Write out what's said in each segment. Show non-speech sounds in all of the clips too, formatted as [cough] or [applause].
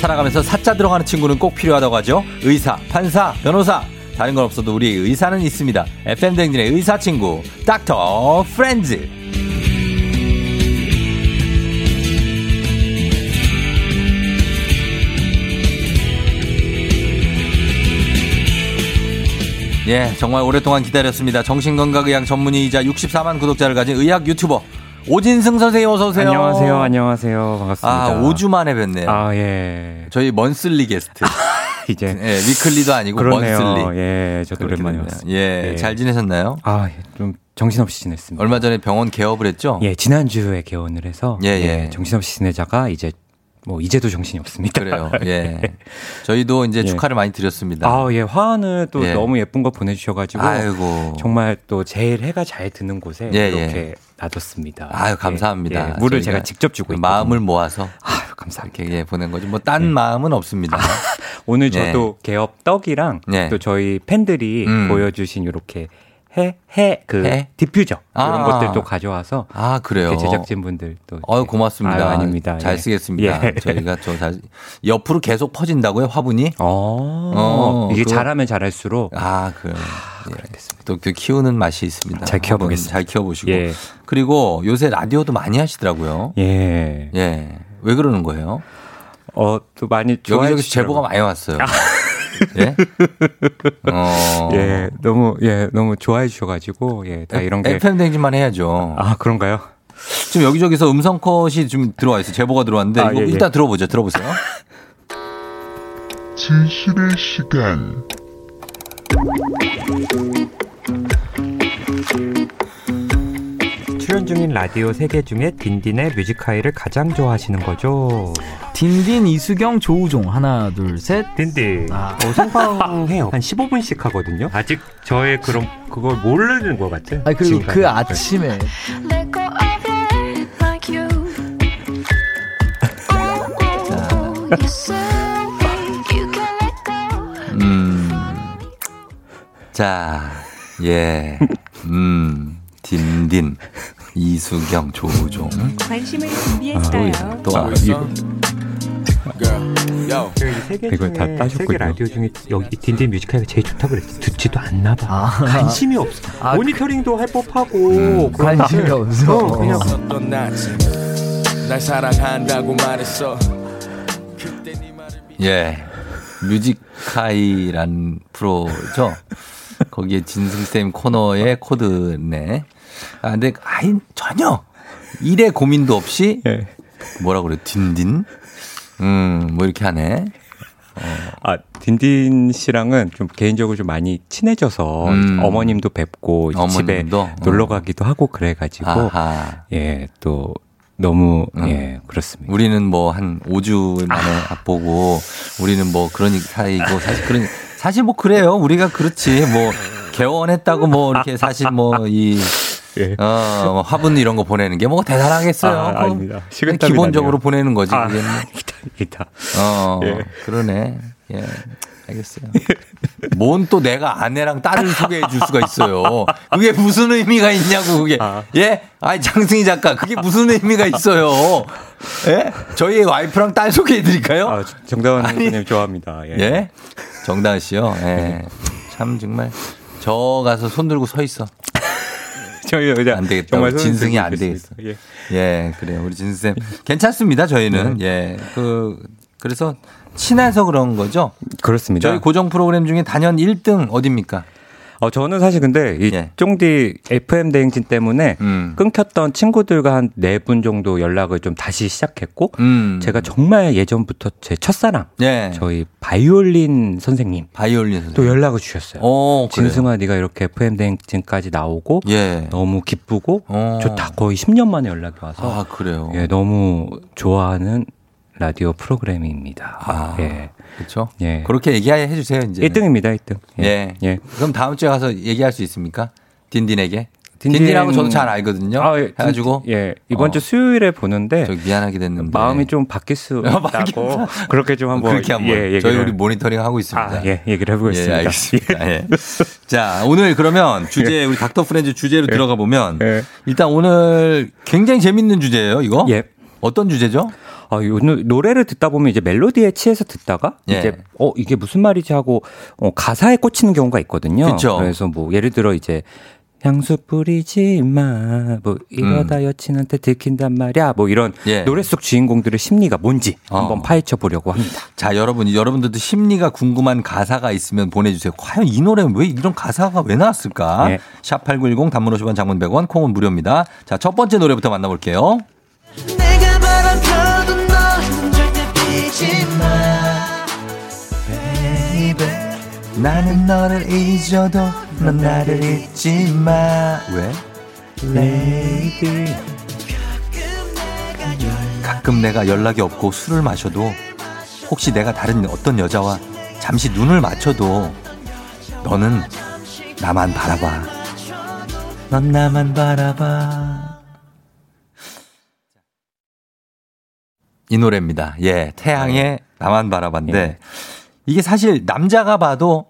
살아가면서 사자 들어가는 친구는 꼭 필요하다고 하죠. 의사, 판사, 변호사. 다른 건 없어도 우리 의사는 있습니다. FM 댕진의 의사 친구, 닥터 프렌즈. 예, 정말 오랫동안 기다렸습니다. 정신건강의학 전문의이자 64만 구독자를 가진 의학 유튜버 오진승 선생님 어서 오세요. 안녕하세요. 안녕하세요. 반갑습니다. 아, 5주 만에 뵙네요. 아, 예. 저희 먼슬리 게스트. [laughs] 이제 예, 위클리도 아니고 아, 그러네요. 먼슬리. 예, 저도 오랜만에 그렇군요. 왔습니다. 예, 잘 지내셨나요? 아, 예, 좀 정신없이 지냈습니다. 얼마 전에 병원 개업을 했죠? 예, 지난주에 개원을 해서 예, 예, 예. 정신없이 지내다가 이제 뭐 이제도 정신이 없습니다. 그래요. 예. 저희도 이제 예. 축하를 많이 드렸습니다. [laughs] 아, 예. 화환을 또 예. 너무 예쁜 거 보내 주셔 가지고 이고 정말 또 제일 해가 잘 드는 곳에 예, 이렇게 놔뒀습니다. 아유, 예, 감사합니다. 예, 물을 저희가 그 제가 직접 주고 있거든요. 마음을 모아서 아유, 감사합니다. 이렇게 예, 보낸 거죠. 뭐 딴 마음은 없습니다. 오늘 네. 저도 개업 떡이랑 네. 또 저희 팬들이 음. 보여주신 이렇게 해해그 해? 디퓨저 아. 이런 것들도 가져와서 아, 그래요. 이렇게 제작진분들 또 아유, 이렇게- 고맙습니다. 아유, 아닙니다. 잘 예. 쓰겠습니다. 예. 저희가 저 잘, 옆으로 계속 퍼진다고요, 화분이? [laughs] 어, 어, 이게 그거- 잘하면 잘할수록 아, 그래요. 예. 또, 그 키우는 맛이 있습니다. 잘 키워보겠습니다. 한번 잘 키워보시고. 예. 그리고 요새 라디오도 많이 하시더라고요. 예. 예. 왜 그러는 거예요? 어, 또 많이 좋아해 여기저기 주시더라고요. 제보가 아. 많이 왔어요. [laughs] 예? 어. 예, 너무 예, 너무 좋아해 주셔 가지고 예, 다 이런 게 FM 댕진만 해야죠. 아, 그런가요? 지금 여기저기서 음성 컷이 좀 들어와 있어요. 제보가 들어왔는데 아, 이거 예, 예. 일단 들어보죠. 들어보세요. 진실의 시간 출연 중인 라디오 세 개 중에 딘딘의 뮤직하이를 가장 좋아하시는 거죠. 딘딘 이수경 조우종 하나 둘 셋. 딘딘 아, 어, [laughs] 생방해요. 한 15분씩 하거든요. 아직 저의 그런 그걸 모르는 것 같아요. 아 그리고 지금까지. 그 아침에 Let go of it like you. Oh, you're so weak, you can let go. 음. 자, 예. 음. 딘딘. 이수경, 조우종. 관심을 준비했어요. 또 아, 저희 세개 이걸 중에 다 따셨군요. 세개 라디오 중에 여기 딘딘 뮤직하이가 제일 좋다고 그랬어. 듣지도 않나 봐. 아. 관심이 없어. 아, 모니터링도 할 법하고 음. 그런 관심이 것들. 네. 없어. 어, 그냥 있었던 나지 날 사랑한다고 말했어 예. 뮤직하이란 프로죠. 거기에 진승쌤 코너의 코드네. 아, 근데, 아이, 전혀 일의 고민도 없이, 예. 뭐라 그래, 딘딘? 음, 뭐 이렇게 하네. 아, 딘딘 씨랑은 좀 개인적으로 좀 많이 친해져서 음. 어머님도 뵙고 이제 집에 어머님도? 어. 놀러 가기도 하고 그래가지고 아하. 예, 또 너무 음. 예, [laughs] 그렇습니다. 우리는 뭐 한 5주 만에 아. 앞보고, 우리는 뭐 그런 사이고, 사실 그런, 사실 뭐 그래요. 우리가 그렇지. 뭐, 개원했다고 뭐 이렇게 사실 뭐 이, 예. 어, 뭐 화분 이런 거 보내는 게 뭐 대단하겠어요. 아, 그건 아닙니다. 식은땀이 기본적으로 나네요. 보내는 거지. 아, 그게 뭐. 기타, 기타. [laughs] 어, 그러네. 예. 알겠어요. 뭔 또 내가 아내랑 딸을 소개해 줄 수가 있어요. 그게 무슨 의미가 있냐고, 그게. 예? 아니, 장승희 작가, 그게 무슨 의미가 있어요. 예? 저희 와이프랑 딸 소개해 드릴까요? 아, 정다원 어? 아니. 선생님 좋아합니다. 예. 예? 정다은 씨요? 네. 예. 참, 정말. 저 가서 손 들고 서 있어. [laughs] 저희 여자 안 되겠다. 정말 우리 손을 진승이 들고 안 있겠습니다. 예. 네. 예, 그래요. 우리 진수쌤. 괜찮습니다, 저희는. 예. 그, 그래서 친해서 그런 거죠. 그렇습니다. 저희 고정 프로그램 중에 단연 1등 어딥니까? 어, 저는 사실 근데 이 예. 쫑디 FM 대행진 때문에 음. 끊겼던 친구들과 한 네 분 정도 연락을 좀 다시 시작했고 음. 제가 정말 예전부터 제 첫사랑 예. 저희 바이올린 선생님 바이올린 선생님. 또 연락을 주셨어요. 네. 어, 그래요. 진승아 네가 이렇게 FM 대행진까지 나오고 예. 너무 기쁘고 어. 좋다. 거의 10년 만에 연락이 와서 아, 그래요. 예, 너무 좋아하는 라디오 프로그램입니다. 아. 예. 그렇죠? 예. 그렇게 얘기해 주세요, 이제. 1등입니다, 1등. 예. 예. 그럼 다음 주에 가서 얘기할 수 있습니까? 딘딘에게. 딘딘- 딘딘... 하고 저도 잘 알거든요. 아, 예. 해가지고 예. 이번 어. 주 수요일에 보는데 저 미안하게 됐는데 마음이 좀 [laughs] 바뀔 수 있다고 그렇게 좀 한번 그렇게 한번 예, 얘기를- 저희 우리 모니터링 하고 있습니다. 아, 예, 얘기를 해보겠습니다. 예, [laughs] 알겠습니다. 예. 자, 오늘 그러면 주제 우리 닥터 프렌즈 주제로 들어가 보면 예. 일단 오늘 굉장히 재밌는 주제예요, 이거. 예. 어떤 주제죠? 아, 요, 노- 노래를 듣다 보면 이제 멜로디에 취해서 듣다가 예. 이제 어 이게 무슨 말이지 하고 어, 가사에 꽂히는 경우가 있거든요. 그쵸. 래서뭐 예를 들어 이제 향수 뿌리지 마. 뭐 이러다 여친한테 들킨단 말이야. 뭐 이런 음. 예. 노래 속 주인공들의 심리가 뭔지 한번 어. 파헤쳐 보려고 합니다. 자, 여러분, 여러분들도 심리가 궁금한 가사가 있으면 보내주세요. 과연 이 노래는 왜 이런 가사가 왜 나왔을까? 네. 샵8910 단문 50원 장문 100원 콩은 무료입니다. 자, 첫 번째 노래부터 만나볼게요. 내가 바라봐도 너는 절대 피지 마 나는 너를 잊어도 넌 나를 잊지 마. 왜? 가끔 내가 연락이 없고 술을 마셔도 혹시 내가 다른 어떤 여자와 잠시 눈을 맞춰도 너는 나만 바라봐. 넌 나만 바라봐. 이 노래입니다. 예, 태양의 나만 바라봤는데 네. 예. 이게 사실 남자가 봐도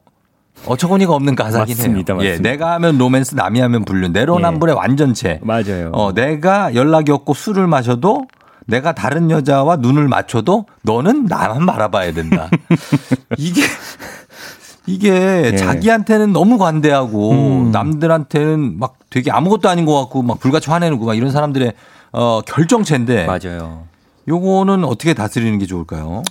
어처구니가 없는 가사긴 맞습니다, 해요. 예, 맞습니다. 예. 내가 하면 로맨스, 남이 하면 불륜, 내로남불의 완전체. [laughs] 맞아요. 어, 내가 연락이 없고 술을 마셔도 내가 다른 여자와 눈을 맞춰도 너는 나만 바라봐야 [laughs] 된다. 이게 이게 예. 음. 자기한테는 너무 관대하고 남들한테는 막 되게 아무것도 아닌 것 같고 막 불같이 화내는 거 막 이런 사람들의 어, 결정체인데 맞아요. 요거는 어떻게 다스리는 게 좋을까요?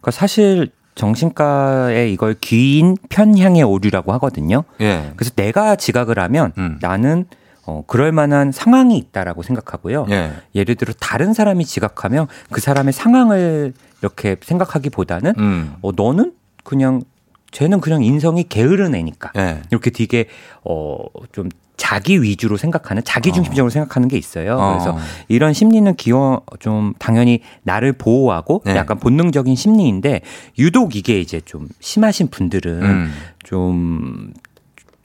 그러니까 사실 정신과에 이걸 귀인 편향의 오류라고 하거든요. 예. 그래서 내가 지각을 하면 음. 나는 어, 그럴 만한 상황이 있다라고 생각하고요. 예. 예를 들어 다른 사람이 지각하면 그 사람의 상황을 이렇게 생각하기보다는 음. 어, 너는 그냥 쟤는 그냥 인성이 게으른 애니까 예. 이렇게 되게 어 좀 자기 위주로 생각하는 자기 중심적으로 생각하는 게 있어요. 어. 그래서 이런 심리는 기어 좀 당연히 나를 보호하고 네. 약간 본능적인 심리인데 유독 이게 이제 좀 심하신 분들은 음. 좀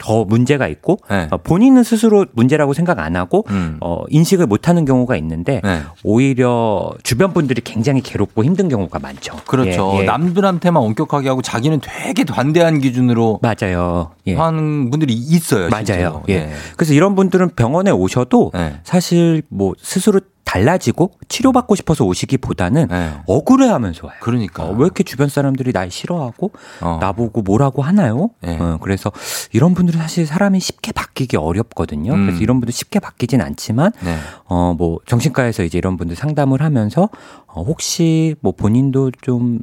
더 문제가 있고 네. 어, 본인은 스스로 문제라고 생각 안 하고 음. 어, 인식을 못하는 경우가 있는데 네. 오히려 주변 분들이 굉장히 괴롭고 힘든 경우가 많죠. 그렇죠. 예, 예. 남들한테만 엄격하게 하고 자기는 되게 관대한 기준으로 맞아요. 예. 하는 분들이 있어요. 실제로. 맞아요. 예. 그래서 이런 분들은 병원에 오셔도 예. 사실 뭐 스스로 달라지고 치료받고 싶어서 오시기보다는 예. 억울해하면서 와요. 그러니까. 어, 왜 이렇게 주변 사람들이 날 싫어하고 어. 나보고 뭐라고 하나요? 예. 어, 그래서 이런 분들은 사실 사람이 쉽게 바뀌기 어렵거든요. 음. 그래서 이런 분들 쉽게 바뀌진 않지만 네. 어 뭐 정신과에서 이제 이런 분들 상담을 하면서 어, 혹시 뭐 본인도 좀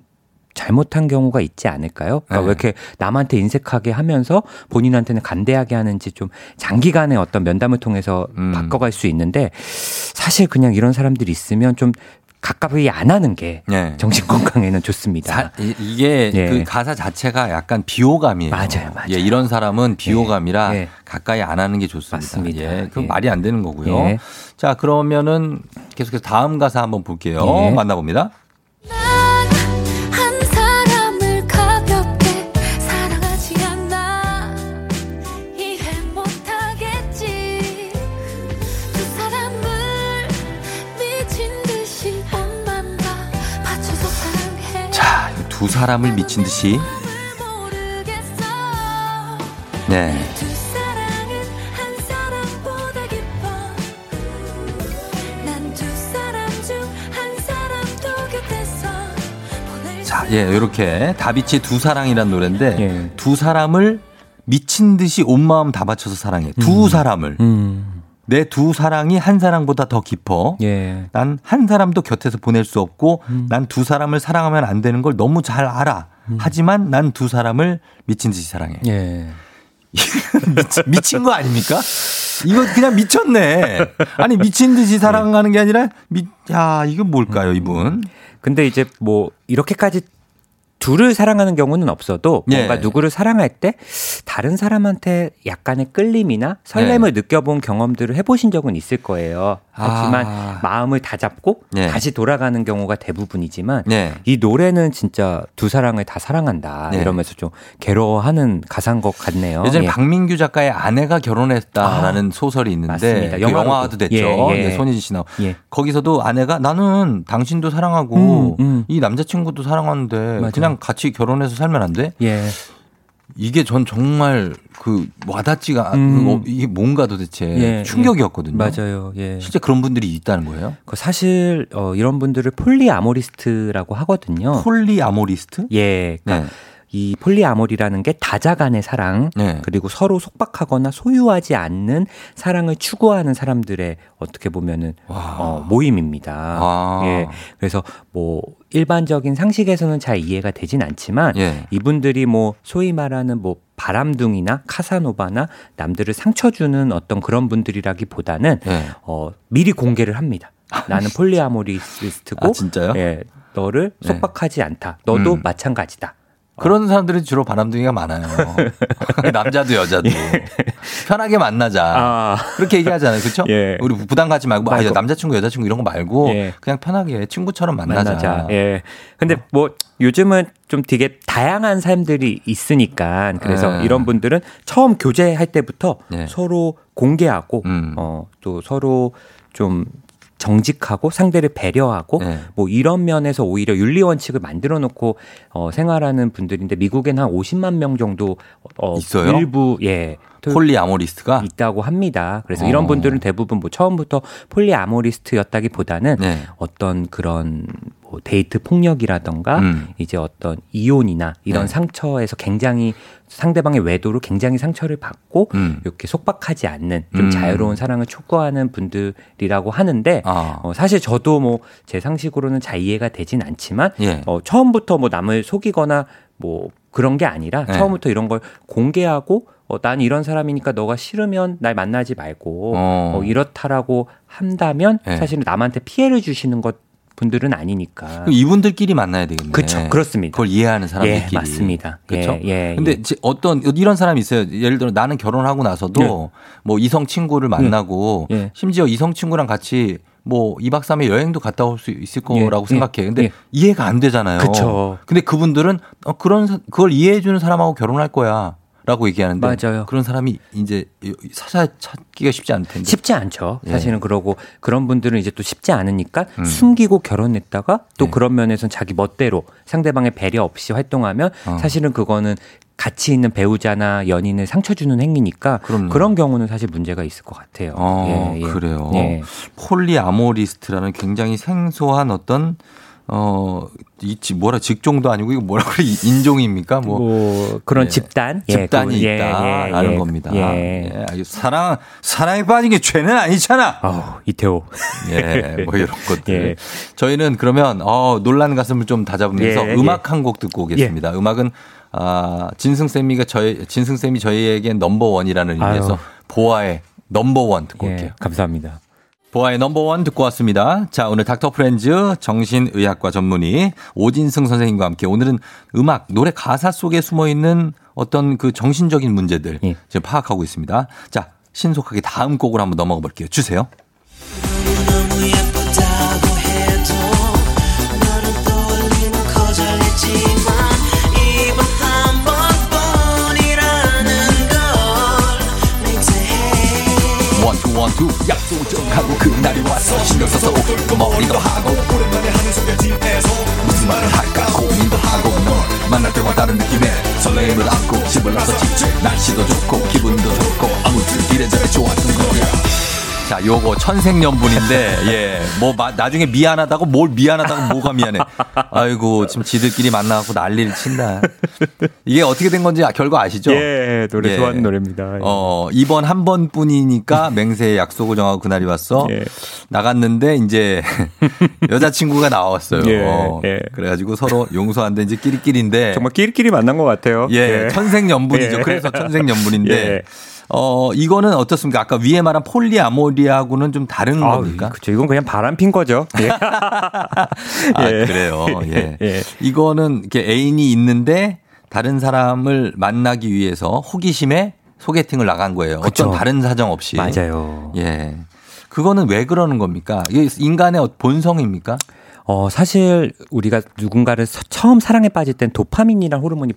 잘못한 경우가 있지 않을까요? 그러니까 네. 왜 이렇게 남한테 인색하게 하면서 본인한테는 간대하게 하는지 좀 장기간의 어떤 면담을 통해서 음. 바꿔갈 수 있는데 사실 그냥 이런 사람들이 있으면 좀 가깝게 안 하는 게 예. 정신 건강에는 좋습니다. 사- 이- 이게 예. 그 가사 자체가 약간 비호감이에요. 맞아요, 맞아요. 예, 이런 사람은 비호감이라 예. 가까이 안 하는 게 좋습니다. 맞습니다. 예, 그건 예. 말이 안 되는 거고요. 예. 자, 그러면은 계속해서 다음 가사 한번 볼게요. 예. 만나봅니다. 난 한 사람을 가볍게 사랑하지 않아 이해 못하겠지 두 사람을 미친 듯이 원만 봐 맞춰서 사랑해 자, 두 사람을 미친 듯이 마음을 모르겠어 네. 두 사랑은 한 사람보다 깊어 난 두 사람 중 한 사람도 곁에서 보낼 수 자, 예, 요렇게 다비치의 두 사랑이란 노래인데 예. 두 사람을 미친 듯이 온 마음 다 바쳐서 사랑해. 두 사람을. 음, 내 두 사랑이 한 사랑보다 더 깊어. 예. 음. 난 한 사람도 곁에서 보낼 수 없고 난 두 사람을 사랑하면 안 되는 걸 너무 잘 알아. 하지만 난 두 사람을 미친 듯이 사랑해. 예. [laughs] 미친, 미친 거 아닙니까? 이거 그냥 미쳤네. 아니 미친 듯이 사랑하는 게 아니라 미, 야 이건 뭘까요 이분? 근데 이제 뭐 이렇게까지 둘을 사랑하는 경우는 없어도 뭔가 예. 누구를 사랑할 때 다른 사람한테 약간의 끌림이나 설렘을 느껴본 경험들을 해보신 적은 있을 거예요. 하지만 네. 아. 마음을 다 잡고 예. 다시 돌아가는 경우가 대부분이지만 네. 이 노래는 진짜 두 사랑을 다 사랑한다 예. 이러면서 좀 괴로워하는 가사인 것 같네요. 예전에 예. 아, 박민규 작가의 아내가 결혼했다라는 소설이 있는데 맞습니다. 그 영화로도. 영화화도 됐죠. 예, 예. 예, 손예진 씨 나오. 예. 거기서도 아내가 나는 당신도 사랑하고 음, 음. 이 남자친구도 사랑하는데 맞아. 그냥 같이 결혼해서 살면 안 돼? 예. 이게 전 정말 그 와닿지가 않- 음. 어, 이게 뭔가 도대체 예, 충격이었거든요. 맞아요. 예. 실제 그런 분들이 있다는 거예요. 그 사실 어, 이런 분들을 폴리아모리스트라고 하거든요. 폴리아모리스트? 예. 그러니까 네. 이 폴리아모리라는 게 다자 간의 사랑 네. 그리고 서로 속박하거나 소유하지 않는 사랑을 추구하는 사람들의 어떻게 보면은 와. 어, 모임입니다. 아. 예. 그래서 뭐 일반적인 상식에서는 잘 이해가 되진 않지만 예. 이분들이 뭐 소위 말하는 뭐 바람둥이나 카사노바나 남들을 상처 주는 어떤 그런 분들이라기보다는 예. 어, 미리 공개를 합니다. 나는 폴리아모리스트고 아, 진짜요? 예, 너를 네. 속박하지 않다. 너도 음. 마찬가지다. 그런 사람들은 주로 바람둥이가 많아요. [laughs] 남자도 여자도. 편하게 만나자. 예. 아, 그렇게 얘기하잖아요. 그렇죠? 예. 우리 부담 가지 말고 아, 말고. 남자친구 여자친구 이런 거 말고 예. 그냥 편하게 친구처럼 만나자. 어. 만나자. 예. 근데 뭐 요즘은 좀 되게 다양한 사람들이 있으니까 그래서 예. 이런 분들은 처음 교제할 때부터 네. 서로 공개하고 음. 어, 또 서로 좀 정직하고 상대를 배려하고 예. 뭐 이런 면에서 오히려 윤리 원칙을 만들어 놓고 어, 생활하는 분들인데 미국엔 한 50만 명 정도 어, 있어요? 일부 예. 토- 폴리아모리스트가 있다고 합니다. 그래서 어. 이런 분들은 대부분 뭐 처음부터 폴리아모리스트였다기보다는 네. 어떤 그런 뭐 데이트 폭력이라던가 음. 이제 어떤 이혼이나 이런 네. 상처에서 굉장히 상대방의 외도로 굉장히 상처를 받고 음. 이렇게 속박하지 않는 좀 음. 자유로운 사랑을 촉구하는 분들이라고 하는데 아. 어, 사실 저도 뭐 제 상식으로는 잘 이해가 되진 않지만 예. 어, 처음부터 뭐 남을 속이거나 뭐 그런 게 아니라 네. 처음부터 이런 걸 공개하고 어, 난 이런 사람이니까 너가 싫으면 날 만나지 말고 어. 어, 이렇다라고 한다면 네. 사실은 남한테 피해를 주시는 것 분들은 아니니까. 예, 그럼 이분들끼리 만나야 되겠네. 그쵸, 그렇습니다. 그걸 이해하는 사람들끼리. 예, 맞습니다. 예, 그렇죠. 예, 근데 예. 이제 어떤 이런 사람이 있어요. 예를 들어 나는 결혼하고 나서도 뭐 이성 친구를 만나고 예. 심지어 이성 친구랑 같이 뭐 2박 3일 여행도 갔다 올 수 있을 거라고 예, 생각해. 근데 예. 이해가 안 되잖아요. 그쵸. 근데 그분들은 어, 그런 사- 그걸 이해해 주는 사람하고 결혼할 거야. 라고 얘기하는데 맞아요. 그런 사람이 이제 사사 찾기가 쉽지 않을 텐데. 쉽지 않죠. 예. 음. 사실은 그러고 그런 분들은 이제 또 쉽지 않으니까 숨기고 결혼했다가 또 예. 그런 면에서는 자기 멋대로 상대방의 배려 없이 활동하면 어. 사실은 그거는 같이 있는 배우자나 연인을 상처 주는 행위니까 그럼요. 그런 경우는 사실 문제가 있을 것 같아요. 어, 그래요. 예. 폴리아모리스트라는 굉장히 생소한 어떤 어, 이 지- 뭐라 직종도 아니고 이거 뭐라 그래 인종입니까? 뭐, 뭐 그런 예. 집단 예, 집단이 그- 예, 있다라는 예, 예. 겁니다. 예. 예, 알겠- 사랑 사랑에 빠진 게 죄는 아니잖아. 아우 [laughs] 이태호. 예, 뭐 이런 것들. 예. 저희는 그러면 어, 놀란 가슴을 좀 다잡으면서 예, 음악 한 곡 듣고 오겠습니다. 음악은 아, 진승 쌤이가 저희 진승 쌤이 저희에게 넘버 원이라는 의미에서 아유. 보아의 넘버 원 듣고 올게요. 예, 감사합니다. 보아의 넘버원 듣고 왔습니다. 자, 오늘 닥터 프렌즈 정신의학과 전문의 오진승 선생님과 함께 오늘은 음악, 노래 가사 속에 숨어 있는 어떤 그 정신적인 문제들 예. 지금 파악하고 있습니다. 자, 신속하게 다음 곡으로 한번 넘어가 볼게요. 주세요. 원투 원투 약속을 좀 하고 그날이 왔어 신경 써서 머리도 하고 오랜만에 하는 소개팅에서 무슨 말을 할까 고민도 하고 널 만날 때와 다른 느낌의 설레임을 안고 집을 나서 집중 날씨도 좋고 기분도 좋고 아무튼 이래저래 좋았던 거야 자, 요거 천생연분인데, 예. 뭐, 마- 나중에 미안하다고 뭘 미안하다고 뭐가 미안해. 아이고, 지금 지들끼리 만나갖고 난리를 친다. 이게 어떻게 된 건지 아- 결과 아시죠? 예, 노래 예. 좋아하는 노래입니다. 어, 이번 한 번뿐이니까 [laughs] 맹세의 약속을 정하고 그날이 왔어. 예. 나갔는데 [laughs] 이제 여자친구가 나왔어요. 예, 어, 예. 그래가지고 서로 용서 안 돼. 이제 끼리끼리인데. 정말 끼리끼리 만난 것 같아요. 예, 천생연분이죠. 예. 그래서 천생연분인데. [laughs] 예. 어, 이거는 어떻습니까? 아까 위에 말한 폴리아모리하고는 좀 다른 아, 겁니까? 그쵸. 이건 그냥 바람 핀 거죠. [laughs] 예. 아, 예. 그래요. 예. [laughs] 예. 이거는 이렇게 애인이 있는데 다른 사람을 만나기 위해서 호기심에 소개팅을 나간 거예요. 그쵸. 어떤 다른 사정 없이. 맞아요. 예. 그거는 왜 그러는 겁니까? 이게 인간의 본성입니까? 어, 사실 우리가 누군가를 서- 처음 사랑에 빠질 땐 도파민이라는 호르몬이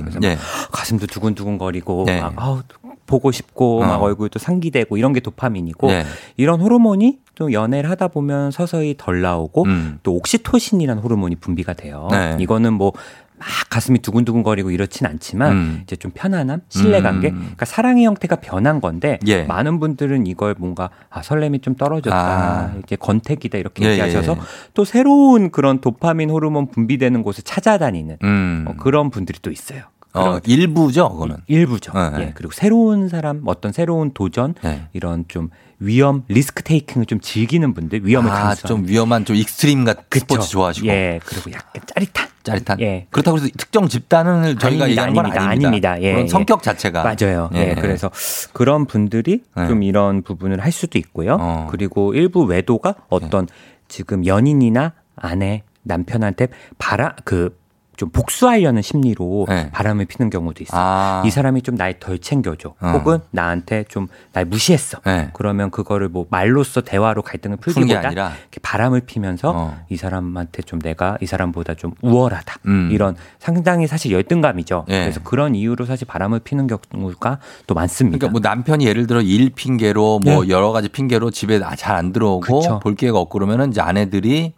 음, 그래서 네. 예. 막 가슴도 두근두근거리고 네. 막 아우, 보고 싶고 어. 막 얼굴도 상기되고 이런 게 도파민이고 네. 이런 호르몬이 또 연애를 하다 보면 서서히 덜 나오고 음. 또 옥시토신이라는 호르몬이 분비가 돼요. 네. 이거는 뭐 막 가슴이 두근두근거리고 이렇진 않지만 음. 이제 좀 편안함, 신뢰관계, 음. 그러니까 사랑의 형태가 변한 건데 예. 많은 분들은 이걸 뭔가 아, 설렘이 좀 떨어졌다, 아. 이제 건택이다 이렇게 예, 얘기하셔서 예, 예. 또 새로운 그런 도파민 호르몬 분비되는 곳을 찾아다니는 음. 어, 그런 분들이 또 있어요. 어, 그런 일부죠, 그거는. 일부죠. 예, 예. 예, 그리고 새로운 사람, 어떤 새로운 도전, 네. 이런 좀 위험, 리스크 테이킹을 좀 즐기는 분들, 위험을 아, 감수하는. 좀 위험한 좀 익스트림 같은 스포츠 좋아하시고. 예, 그리고 약간 짜릿한. 짜릿한. 예. 그렇다고 해서 특정 집단을 저희가 아닙니다, 얘기하는 건 아닙니다, 아닙니다. 아닙니다. 예, 그런 예. 성격 자체가 맞아요. 예, 그래서 그런 분들이 예. 좀 이런 부분을 할 수도 있고요. 어. 예. 그리고 일부 외도가 어떤 지금 연인이나 아내, 남편한테 바라 그 좀 복수하려는 심리로 예. 바람을 피는 경우도 있어요. 아, 이 사람이 좀 날 덜 챙겨줘. 어. 혹은 나한테 좀 날 무시했어. 네. 그러면 그거를 뭐 말로써 대화로 갈등을 푸는 게 풀기보다 아니라? 이렇게 바람을 피면서 어. 이 사람한테 좀 내가 이 사람보다 좀 우월하다. 음. 이런 상당히 사실 열등감이죠. 예. 그래서 그런 이유로 사실 바람을 피는 경우가 또 많습니다. 예. 그러니까 뭐 남편이 예를 들어 일 핑계로 뭐 여러 가지 핑계로 집에 잘 안 들어오고 그쵸. 볼 기회가 없고 그러면은 이제 아내들이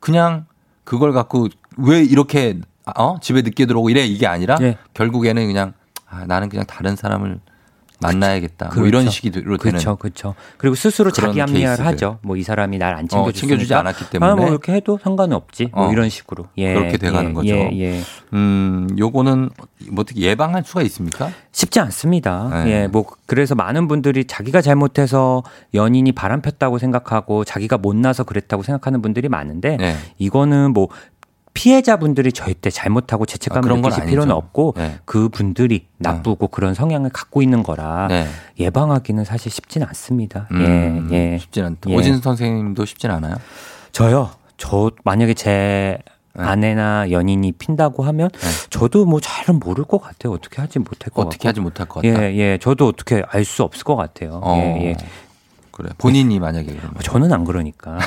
그냥 그걸 갖고 왜 이렇게 어 집에 늦게 들어오고 이래 이게 아니라 예. 결국에는 그냥 아, 나는 그냥 다른 사람을 만나야겠다 뭐 그렇죠. 이런 식으로 되는 그렇죠, 그렇죠. 그리고 스스로 그런 자기 합리화를 케이스들. 어, 하죠. 뭐 이 사람이 날 안 챙겨주니까 챙겨주지 않았기 때문에. 아, 뭐 이렇게 해도 상관은 없지. 어. 뭐 이런 식으로. 예, 그렇게 돼가는 예, 거죠. 예, 예. 음 요거는 뭐 어떻게 예방할 수가 있습니까? 쉽지 않습니다. 네. 예, 뭐 그래서 많은 분들이 자기가 잘못해서 연인이 바람 폈다고 생각하고 자기가 못나서 그랬다고 생각하는 분들이 많은데 네. 이거는 뭐 피해자분들이 절대 잘못하고 아, 죄책감을 그런 건 느끼실 필요는 아니죠. 없고 네. 그 분들이 나쁘고 그런 성향을 갖고 있는 거라 네. 예방하기는 사실 쉽진 않습니다. 음, 아, 예, 예. 쉽진 않다. 예. 오진 선생님도 쉽진 않아요. 저요. 저 만약에 제 네. 아내나 연인이 핀다고 하면 저도 뭐 잘은 모를 것 같아요. 어떻게 하지 못할 것 어떻게 같고. 하지 못할 것 같다. 예, 예. 저도 어떻게 알 수 없을 것 같아요. 어, 예, 예. 그래. 본인이 만약에 그러면 저는 [laughs] 안 그러니까.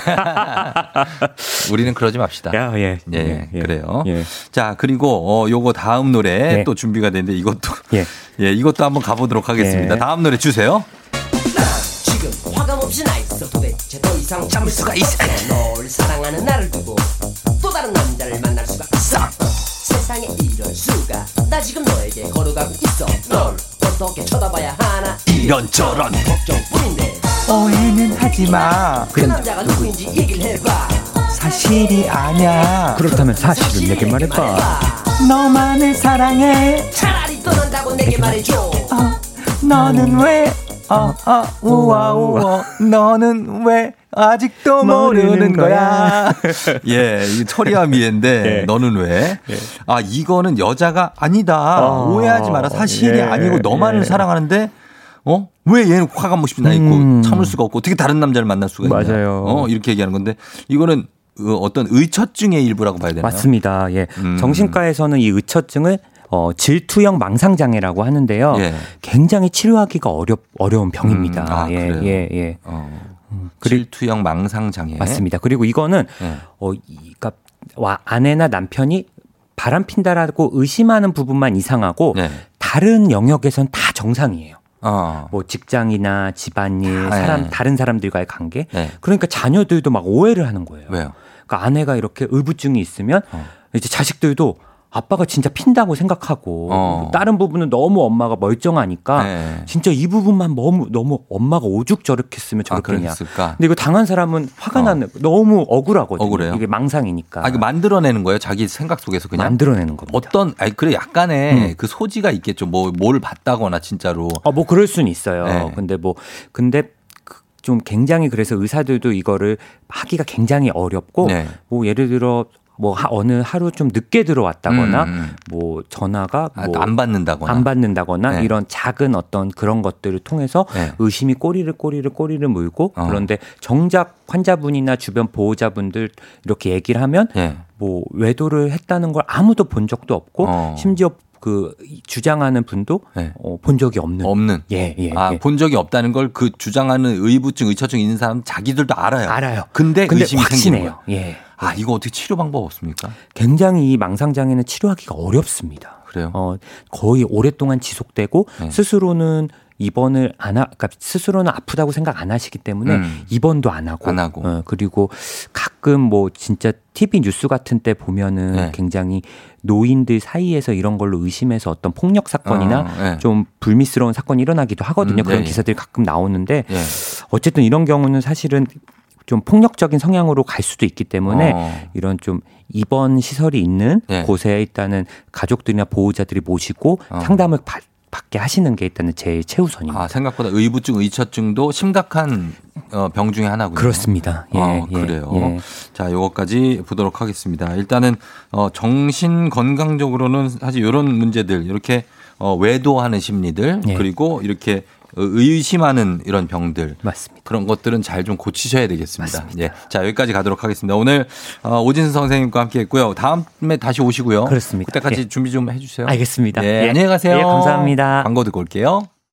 우리는 그러지 맙시다. 야, 예, 예, 그래요. 예. 자, 그리고 어 요거 다음 노래 예. 또 준비가 되는데 이것도 [laughs] 예. 예. 이것도 한번 가 보도록 하겠습니다. 예. 다음 노래 주세요. 지금 화감 없이 나 있어 도대체 더 이상 참을 수가 있어 널 사랑하는 나를 두고 또 다른 남자를 만날 수가 있어 세상에 이럴 수가 나 지금 너에게 걸어가고 있어 널 어떻게 쳐다봐야 하나 이런 저런 걱정뿐인데 오해는 하지 마. 그 남자가 누구인지 얘기를 해봐 사실이 아니야. 그렇다면 사실은 내게 말해봐. 너만을 사랑해. 차라리 떠난다고 내게 말해줘 너는 왜 어, 어, 우와, 우와. 너는 왜 아직도 모르는, 모르는 거야. [laughs] 예, 이 철이와 미애인데, 너는 왜? 아, 이거는 여자가 아니다. 예, 오해하지 마라. 사실이 아니고 너만을 사랑하는데, 어? 왜 얘는 화가 못 싶나 있고 참을 수가 없고 어떻게 다른 남자를 만날 수가 있냐. 맞아요. 어, 이렇게 얘기하는 건데, 이거는 어, 어떤 의처증의 일부라고 봐야 되나요? 맞습니다. 예. 음. 정신과에서는 이 의처증을 어, 질투형 망상장애라고 하는데요. 예. 굉장히 치료하기가 어렵, 어려운 병입니다. 음, 아, 예, 그래요? 예, 예. 어. 그리- 질투형 망상장애. 맞습니다. 그리고 이거는 예. 어, 이, 그러니까 와, 아내나 남편이 바람 핀다라고 의심하는 부분만 이상하고 네. 다른 영역에선 다 정상이에요. 어. 뭐 직장이나 집안일, 다, 사람 예. 다른 사람들과의 관계. 네. 그러니까 자녀들도 막 오해를 하는 거예요. 왜요? 어. 그러니까 아내가 이렇게 의부증이 있으면 이제 자식들도 아빠가 진짜 핀다고 생각하고 어. 다른 부분은 너무 엄마가 멀쩡하니까 네. 진짜 이 부분만 너무 너무 엄마가 오죽 저렇겠으면 저렇겠냐. 아, 그랬을까? 근데 이거 당한 사람은 화가 어. 나는 너무 억울하거든요. 억울해요? 이게 망상이니까. 아, 그 만들어내는 거예요? 자기 생각 속에서 그냥? 만들어내는 겁니다. 어떤, 아니, 그래, 약간의 음. 그 소지가 있겠죠. 뭐, 뭘 봤다거나, 진짜로. 어, 뭐 그럴 순 있어요. 네. 근데 뭐 근데 그- 좀 굉장히 그래서 의사들도 이거를 하기가 굉장히 어렵고 네. 뭐 예를 들어 뭐 하- 어느 하루 좀 늦게 들어왔다거나 음, 음. 뭐 전화가 아, 뭐 또안 받는다거나. 안 받는다거나 네. 이런 작은 어떤 그런 것들을 통해서 네. 의심이 꼬리를 꼬리를 꼬리를 물고 어. 그런데 정작 환자분이나 주변 보호자분들 이렇게 얘기를 하면 예. 뭐 외도를 했다는 걸 아무도 본 적도 없고 어. 심지어 그 이- 주장하는 분도 네. 어, 본 적이 없는 없는. 예, 예, 아, 예. 본 적이 없다는 걸 그 주장하는 의부증, 의처증 있는 사람 자기들도 알아요. 알아요. 근데, 의심이 생기는 확신해요. 거예요. 예. 아, 이거 어떻게 치료 방법 없습니까? 굉장히 이 망상 장애는 치료하기가 어렵습니다. 그래요? 어, 거의 오랫동안 지속되고 네. 스스로는 입원을 안 하, 그러니까 스스로는 아프다고 생각 안 하시기 때문에 음. 입원도 안 하고, 안 하고. 어, 그리고 가끔 뭐 진짜 TV 뉴스 같은 때 보면은 네. 굉장히 노인들 사이에서 이런 걸로 의심해서 어떤 폭력 사건이나 어, 네. 좀 불미스러운 사건이 일어나기도 음, 하거든요. 그런 네. 기사들이 가끔 나오는데 예. 어쨌든 이런 경우는 사실은 좀 폭력적인 성향으로 갈 수도 있기 때문에 어. 이런 좀 입원 시설이 있는 예. 곳에 일단은 가족들이나 보호자들이 모시고 어. 상담을 받, 받게 하시는 게 일단은 제일 최우선입니다. 아, 생각보다 의부증, 의처증도 심각한 어, 병 중에 하나군요. 그렇습니다. 예, 어, 예, 그래요. 예. 자, 요거까지 보도록 하겠습니다. 일단은 어, 정신 건강적으로는 사실 이런 문제들, 이렇게 어, 외도하는 심리들, 예. 그리고 이렇게 어, 의심하는 이런 병들, 맞습니다. 그런 것들은 잘 좀 고치셔야 되겠습니다. 예. 자, 여기까지 가도록 하겠습니다. 오늘 어, 오진수 선생님과 함께 했고요. 다음에 다시 오시고요. 그렇습니다. 그때까지 예. 준비 좀 해주세요. 알겠습니다. 예, 예. 안녕히 가세요. 예, 감사합니다. 광고 듣고 올게요.